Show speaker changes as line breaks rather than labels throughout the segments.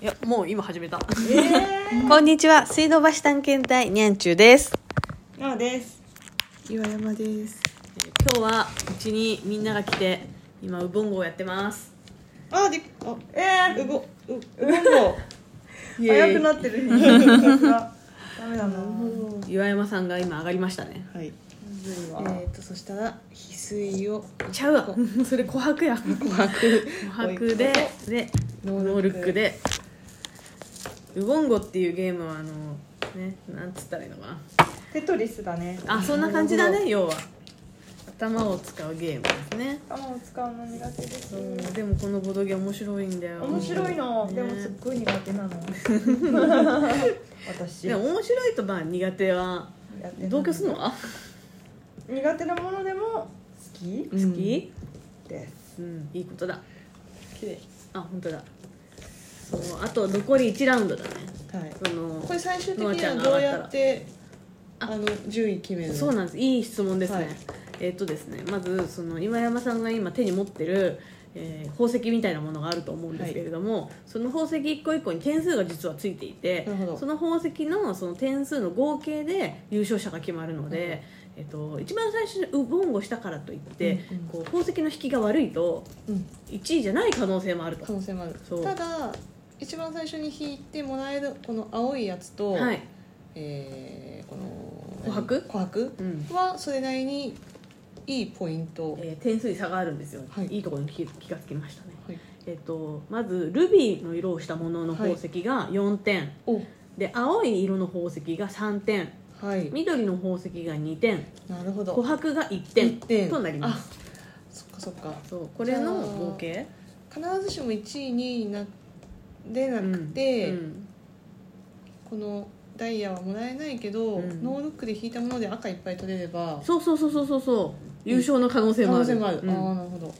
いやもう今始めた
こんにちは水道橋探検隊にゃんちゅうです
なおです。岩山です。
今日はうちにみんなが来て今ウボンゴをやってます
あ、で、あ、
え
うご、う、うごんご。
イエーイ
早くなってるね さすがダメだな
岩山さんが今上がりましたね
はい。えっ、と、そしたら、翡翠を。
ちゃうわ それ琥珀や琥
琥
珀ででノ
ノ
ー
ー
ル
ル
ッ
ッ
ク
ク
でウボンゴっていうゲームはあのねなんつったらいいのかな
テトリスだね
あそんな感じだね要は頭を使うゲームですね
頭を使うの苦手です
そうでもこのボドゲ面白いんだよ
面白いの、
ね
でもすっごい苦手なの 私
で
や
も面白いとまあ苦手は
ってない
同居するのは
苦手なものでも好き
好き、
です
うん、いいことだ
綺麗。
あ本当だそうあと残り1ラウンドだね
はい。
その
これ最終的
のあち
に
ゃ
は
んが
どう
上がったら
やって。
あ
あの、順位決めるの。
そうなんですいい質問ですね、
はい
えっ、とですねまずその今山さんが今手に持ってる、えー宝石みたいなものがあると思うんですけれども、その宝石一個一個に点数が実はついていて
なるほど
その宝石のその点数の合計で優勝者が決まるので、えっと一番最初にウボンゴしたからといって、
うんうん
こう宝石の引きが悪いと
うん。
1位じゃない可能性もある
可
と。
能性もある
そう。
ただ。一番最初に引いてもらえるこの青いやつと、
はい、
えーこの
琥珀
琥
うん
珀はそれなりにいいポイント、
えー点数に差があるんですよ、
はい
い、いところに気気がつきましたね、
はい
えっとまずルビーの色をしたものの宝石が4点、
お
で青い色の宝石が3点
はい
緑の宝石が2点
なるほど
琥珀が1点
一点
となります
あそっかそっか
そうこれの合計
必ずしも1位2位なでなくて、
うんうん
このダイヤはもらえないけど、
うん
ノールックで引いたもので赤いっぱい取れれば
そうそうそうそうそうそう優勝の可能性
可
もある
能性もある、
うん
ああなるほど、
だ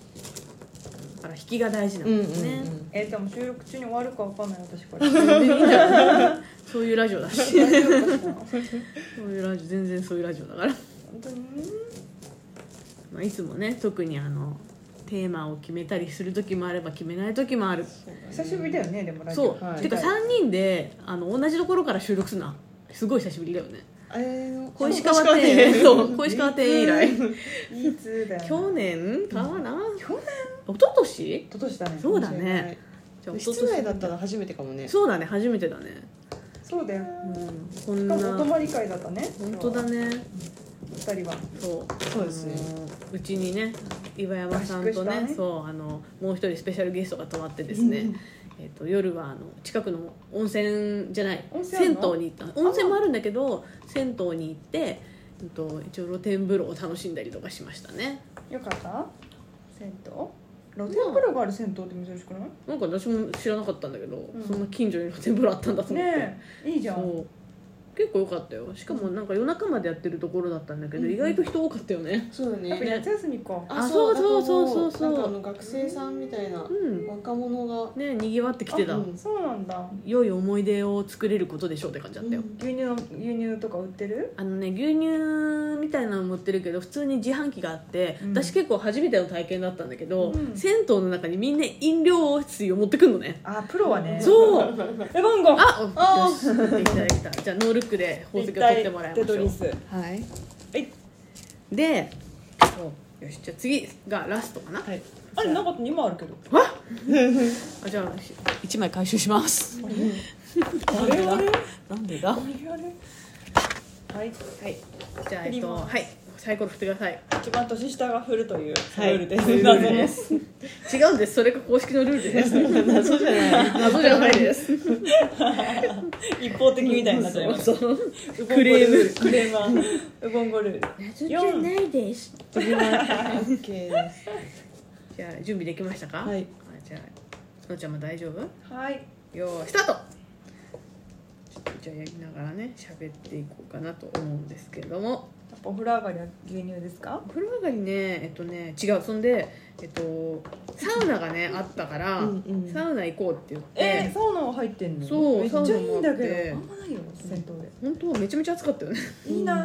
から引きが大事な
うん
ん
う
で
ん
すね、
うん、
えでも収録中に終わるかわかんない私こ れ
全然いいんじゃない そういうラジオだしそう
大丈夫かな
いうラジオ全然そういうラジオだから
本当に
まあ、いつもね特にあのテーマを決めたりする時もあれば決めない時もある
久しぶりだよねでもラジ
そ
オ
う、
はい
てか3人であの同じところから収録するのはすごい久しぶりだよね
あれの
小石川庭園
そう
そう小石川庭園以来
いつだよね
去年かな、
去年
一昨年
一昨年だね
そうだねじゃあ一昨
室内だったら初めてかもね
そうだね初めてだね、
そうだよ
うん、こん
し
な
かもお泊
本
まり会だったね
当だね
二人は
そう
そうですね
あのうちにね岩山さんと
合宿し
ね
たね
そうあのもう一人スペシャルゲストが泊まってですね、えっと夜はあの近くの温泉じゃない
温
銭湯
泉
に
あんの
行った温泉もあるんだけど銭湯に行って、うんと、一応露天風呂を楽しんだりとかしましたね
よかった銭湯露天風呂がある銭湯って珍しくない
なんか私も知らなかったんだけど、
ん
そんな近所に露天風呂あったんだと思って、
ねえいいじゃん
そう結構良かったよしかもなんか夜中までやってるところだったんだけど、
うんうん
意外と人多かったよね
そうだ
やっぱ
ね
夏休みか
あそうそうそうそうそう
なんかあの学生さんみたいな
うん
若者が
ねにぎわってきてた、
あうん
そうなんだ
良い思い出を作れることでしょうって感じだったよ、
うん
牛乳の牛乳とか売ってる
あのね牛乳みたいなの持ってるけど普通に自販機があって、
うん
私結構初めての体験だったんだけど、
うん
銭湯の中にみんな飲料水を持ってくんのね、
あプロはね
そう
えボンゴ
あ
あ
よしできたできたじゃあノールックで宝石を取ってもらいましょ
テトリ
う
スはい
はい
でそうよしじゃあ次がラストかな、
はい
あれなかった今あるけど
あじゃあ1枚回収します
あれあれ
なんでだ
あれは
は
い
いじゃあえ
振
っ
り
と
ます
はいサイコロ振ってください
一番年下が振るという
はい
ルールで
そうい
す
うルー
謎
ル
の
です違うんですそれが公式のルールです
謎じゃない
謎じゃないです
一方的みたいになっちゃいます
そう
クレームクレーマーウボンゴルール
謎じゃないです
オッケーです
じゃあ準備できましたか
はい
あじゃあそのちゃんも大丈夫
はい
よーいスタートちょっとじゃあやりながらね喋っていこうかなと思うんですけども
やっぱお風呂上がりは牛乳ですか
お風呂上がりねえっとね違うそんでえっとサウナがねあったから
うんうん
サウナ行こうって言って、
えー、サウナは入ってんの
そう
めっちゃいいんだ
サ
け
ウ
ど
ナ
あ
も
んまないよ銭湯で、
本当めちゃめちゃ暑かったよね
いいなぁ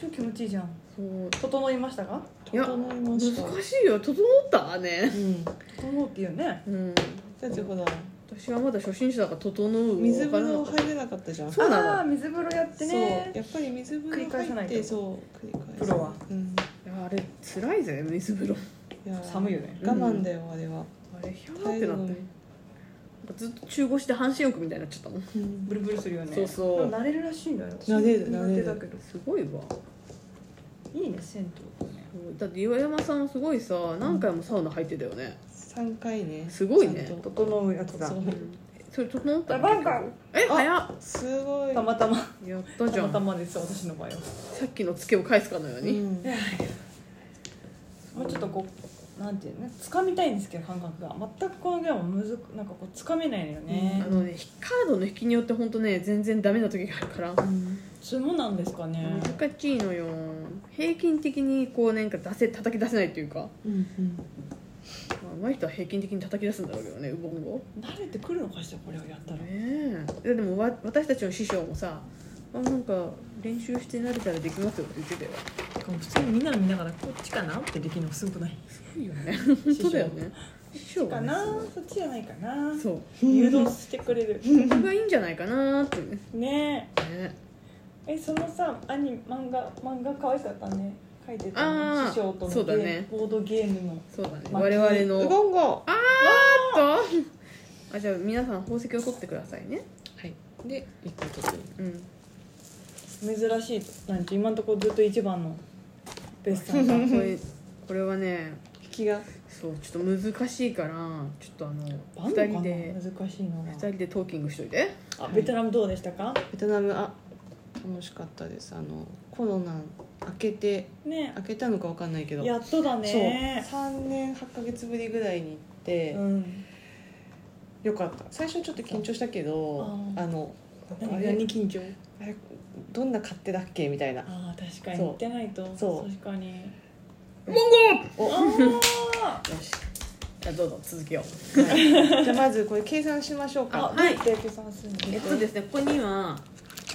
超気持ちいいじゃん
そう
整いましたか
いや
整いました
難しいよ整ったわね
うん
整うっていうね
うん
だってほら
私はまだ初心者だから整う
水風呂
を
入れなかったじゃん
そうなの
あー水風呂やってね
そうやっぱり水風呂
繰り返さ
入
ない
っ
と
てそう繰り返す
プロは、
うん、
いやあれ辛いぜ水風呂
いや
寒いよね
我慢だよ、あれは
あれひゃー
耐
っ
え
て
る
な
の
って
に
なんかずっと中腰で半身浴みたいになっちゃったもん
うん
ブルブルするよね
そうそう
慣れるらしいんだよ私
慣れる
苦手だけど
すごいわ
いいね銭湯ね
だって岩山さんはすごいさ何回もサウナ入ってたよね、
3回ね
すごいね
ちゃんと
整うやつだ
そう
うんそれ整った
だ
の
バンバン
え
あ
早っ
すごい
たまたま
やったじ
た
ゃ
ま
ん
たまです私の場合は
さっきのツケを返すかのよう
う
に、
ん
もうちょっとこうなんていうの掴みたいんですけど感覚が全くこのゲームはむずくなんかこう掴めないのよね
あのねカードの引きによって本当ね全然ダメな時があるから
うん
そういうもんなんですかね
難しいのよ平均的にこうなんか出せ叩き出せないっていうか、
うん
まあ、上手い人は平均的に叩き出すんだろうけどねウボンゴ
慣れてくるのかしらこれをやったら
ねえいやでもわ私たちの師匠もさあなんか練習して慣れたらできますよって言ってた よ
普通にみんなの見ながらこっちかなってできるのすごくない
いいよね本当だよね師匠
か
がね
なそっちじゃないかな
そう
誘導してくれる
ここがいいんじゃないかなってね
ね
ね
ええそのさアニ漫画漫画可愛かったね書いてた
あー
の師匠との
そうだ
ゲーム、
ね
ボードゲームの
そうだね
まあ
我々の
うどんが
ああじゃあ皆さん宝石を取ってくださいね
はいで一個取っ
う
て
ん
珍しいなんて今のところずっと一番のベストさん
こ
が
れこれはね
引きが
そうちょっと難しいからちょっとあの
あんのか
2
な
人で
難しいのが
2人でトーキングしといて
あベトナムどうでしたか
ベトナムあ楽しかったですあのコロナ開けて
ね
開けたのかわかんないけど
やっとだね
そう3年8ヶ月ぶりぐらいに行って、
うん
よかった最初ちょっと緊張したけど
あ
あの
何
あれ
何緊張
あれどんな勝手だっけみたいな
ああ確かに
そう
行ってないと
そう
確かに
お
あー
よしじゃあどうぞ続けよう
はいじゃあまずこれ計算しましょうか
あどうやって計算するの
えっとですねここには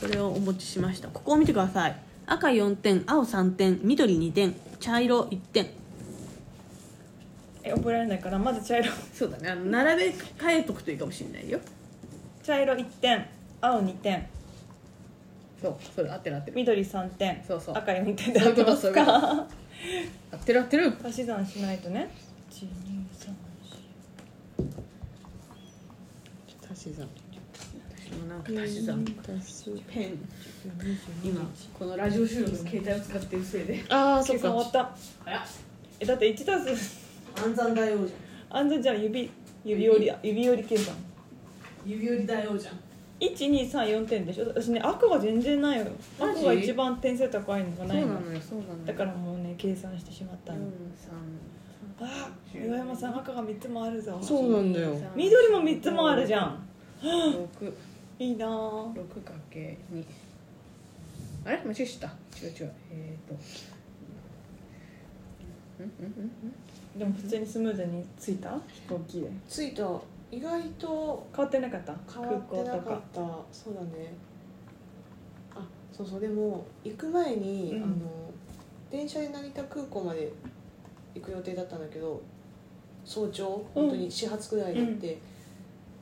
これをお持ちしましたここを見てください赤4点青3点緑2点茶色1点
え覚えられないからまず茶色
そうだねあの並べ替えとくといいかもしれないよ
茶色1点青2点
そうそれ合ってる合ってる
緑3点
そうそう
赤4点で合ってます
そういうこ
か
合ってる合ってる
足し算しないとね1 2 3
足し算
私もなんか足し算
足す
ペン今
今
このラジオ収録の携帯を使ってるせいで
ああ
4
そ
計
っ
算終わ
か
った
早っ
えだって1たす
暗算大王者
あんたじゃあ指指折り指折り計算
指折り大王者
1234点でしょ私ね赤が全然ないよ
マ
赤
ジ
が一番点数高いのが
そう
な
ない
の
のよそうなのよ
だからもうね計算してしまった
4
の、あ
うん
岩山さん赤が3つもあるぞ
3
そうなんだよ
緑も3つもあるじゃん
6
いいなぁ
六かけ二。あれ、間違えちゃった。違う違う、えっ、ー、と。うんうんうんうん。
でも普通にスムーズに着いた飛行機で
ついた意外と
変わってなかった
変わってなかったそうだねあそうそうでも行く前に、
うん
あの電車で成田空港まで行く予定だったんだけど早朝本当に始発くらいで行って、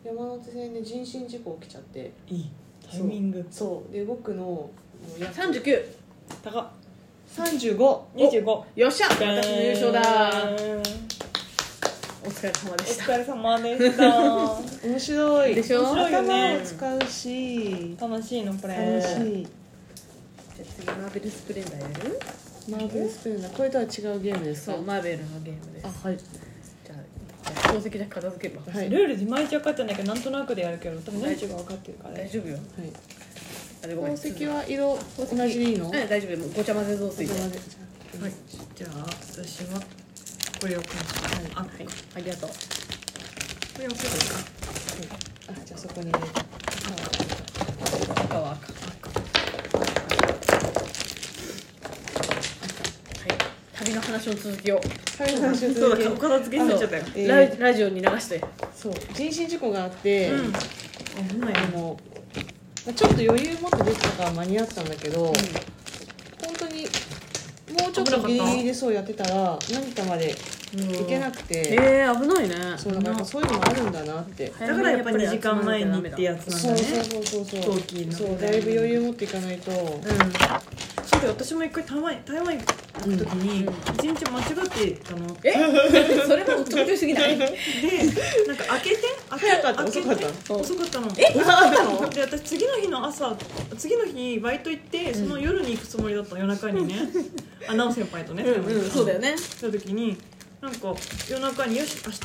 山手線で人身事故起きちゃって
いいタイミング
そうで僕のもうや
三十九。
高っ
35
25お
よっしゃ、私の優勝だ。お疲れ様
お
でした。
疲れ様でした
面白い
でしょ
面白いよね
頭を使うし
楽しいのこれ
楽しい
じゃあ次マーベルスプレンダーやる？
マーブルスプーンだこれとは違うゲームですか
そう、マーベルのゲームです。
あはい
じゃあ宝石だけ片付けば。
はい
ルール自毎日分かってないけどなんとなくでやるけど多分何日が分かってるから
大
ね
丈夫よ。
はい
あれごめ
宝
ん。
石は色同じでいいの
うん、大丈夫よ。もうごちゃ混ぜ雑炊で。はい、
はいじゃあ私はこれを買うあはいこ
ありがとう。
れを買うか
あじゃあそこに入れて
赤は赤。はい、旅の話を続けよう。
はい話を
そう
続
だ
け
お片付けしちゃったよ
えー
ラジラジオに流して
そう人身事故があって、
うん危ない
あのまあちょっと余裕持ってできたから間に合ったんだけど、本当にもうちょっとギリギリでそうやってたら成田まで行けなくて、
えー、危ないね
そうだからそういうのもあるんだなって
だからやっぱ2時間前にってやつ
そ
なん
う
だ
そう
ね
そうそうそう
飛行機の
そうだいぶ余裕持っていかない と
うんそうだよ私も一回台湾台湾行く時に
うん
一日間違ってたの
え それはおっとりすぎないえ
でなんか開けて開け
早かった
開け
遅
て
かった
遅かったの
分かったの
で私次の日の朝次の日バイト行ってその夜に行くつもりだったの夜中にねあ奈緒先輩とね
うんうんそうだよ
ね
ね
来た時になんか夜中によし明日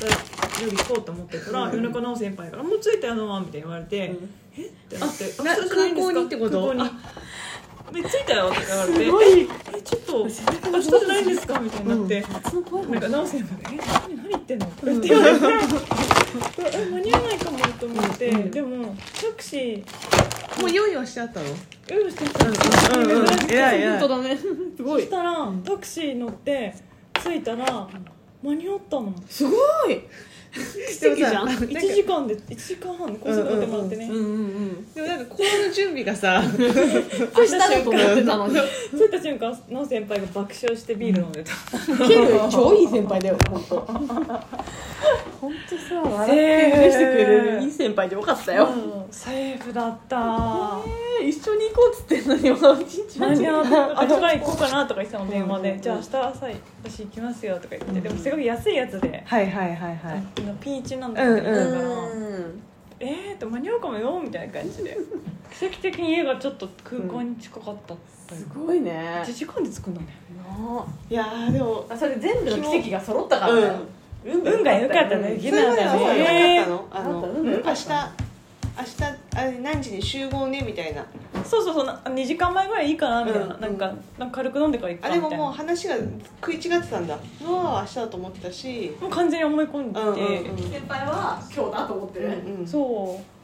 夜行こうと思ってたら、
うん
夜中奈緒先輩から「もう着いたよな」みたいに言われて
う
「
ん
えっ?」てなって
あ
あ
な
そうじゃないんですか
空港にってこと
空港にで着いたよ」って言われて
すごい
え「えちょっと明日じゃないんですか?」みたいになって。
その怖い
なんか
な
直せんのえ何何言ってんの?」って言われてえ間に合わないかもと思って、
うん
でもタクシ
もう用意はしてあったの
ー用意してたんですよ、
うんうんうん偉い偉
本当
い
だねすご
そ
い
したらタクシー乗って着いたら間に合ったの
すごい奇
でも
跡じ
さ
ゃん
なんか
1時間で1時間半高速乗ってもらってね、
うんうん
でもなんかこうの準備がさ
うん明日だと思ってたのに
着いた瞬間直先輩が爆笑してビール飲んでた、
ケル超いい先輩だよ本当本当さ笑って許してくれるいい先輩でよかったよ、
うんセーフだった
えー一緒に行こうっつってんのに笑うちんち
間
ん
に合ったあっちから行こうかなとか言ってたの電話で、
うん
じゃあ明日朝私行きますよとか言って、
うん
でもすごい安いやつで、
はいはいはいは
あのピンチなんだ
うんうん
だから、えー、と間に合うかもよみたいな感じで奇跡的に家がちょっと空港に近かったってい
す
う、
ごいね
1時間で着くんだね
ない
やーでも
あそれ全部の奇跡が揃ったからだよ、運
運が良かったね
うん
ギ
そ
ナ
れ
ー
までは
だ
そうだ
ね
よ分かったのあの、
うん
明日明日あれ何時に集合ねみたいな
そうそうそうな2時間前ぐらいいいかなみたいな,、
うん
なんかなんか軽く飲んでから行く
あ
か
で
みたい
もも
な
う話が食い違ってたんだノアは明日だと思ってたし
もう完全に思い込ん
うんうん
でて、
うん
先輩は今日だと思って
うんうん
そう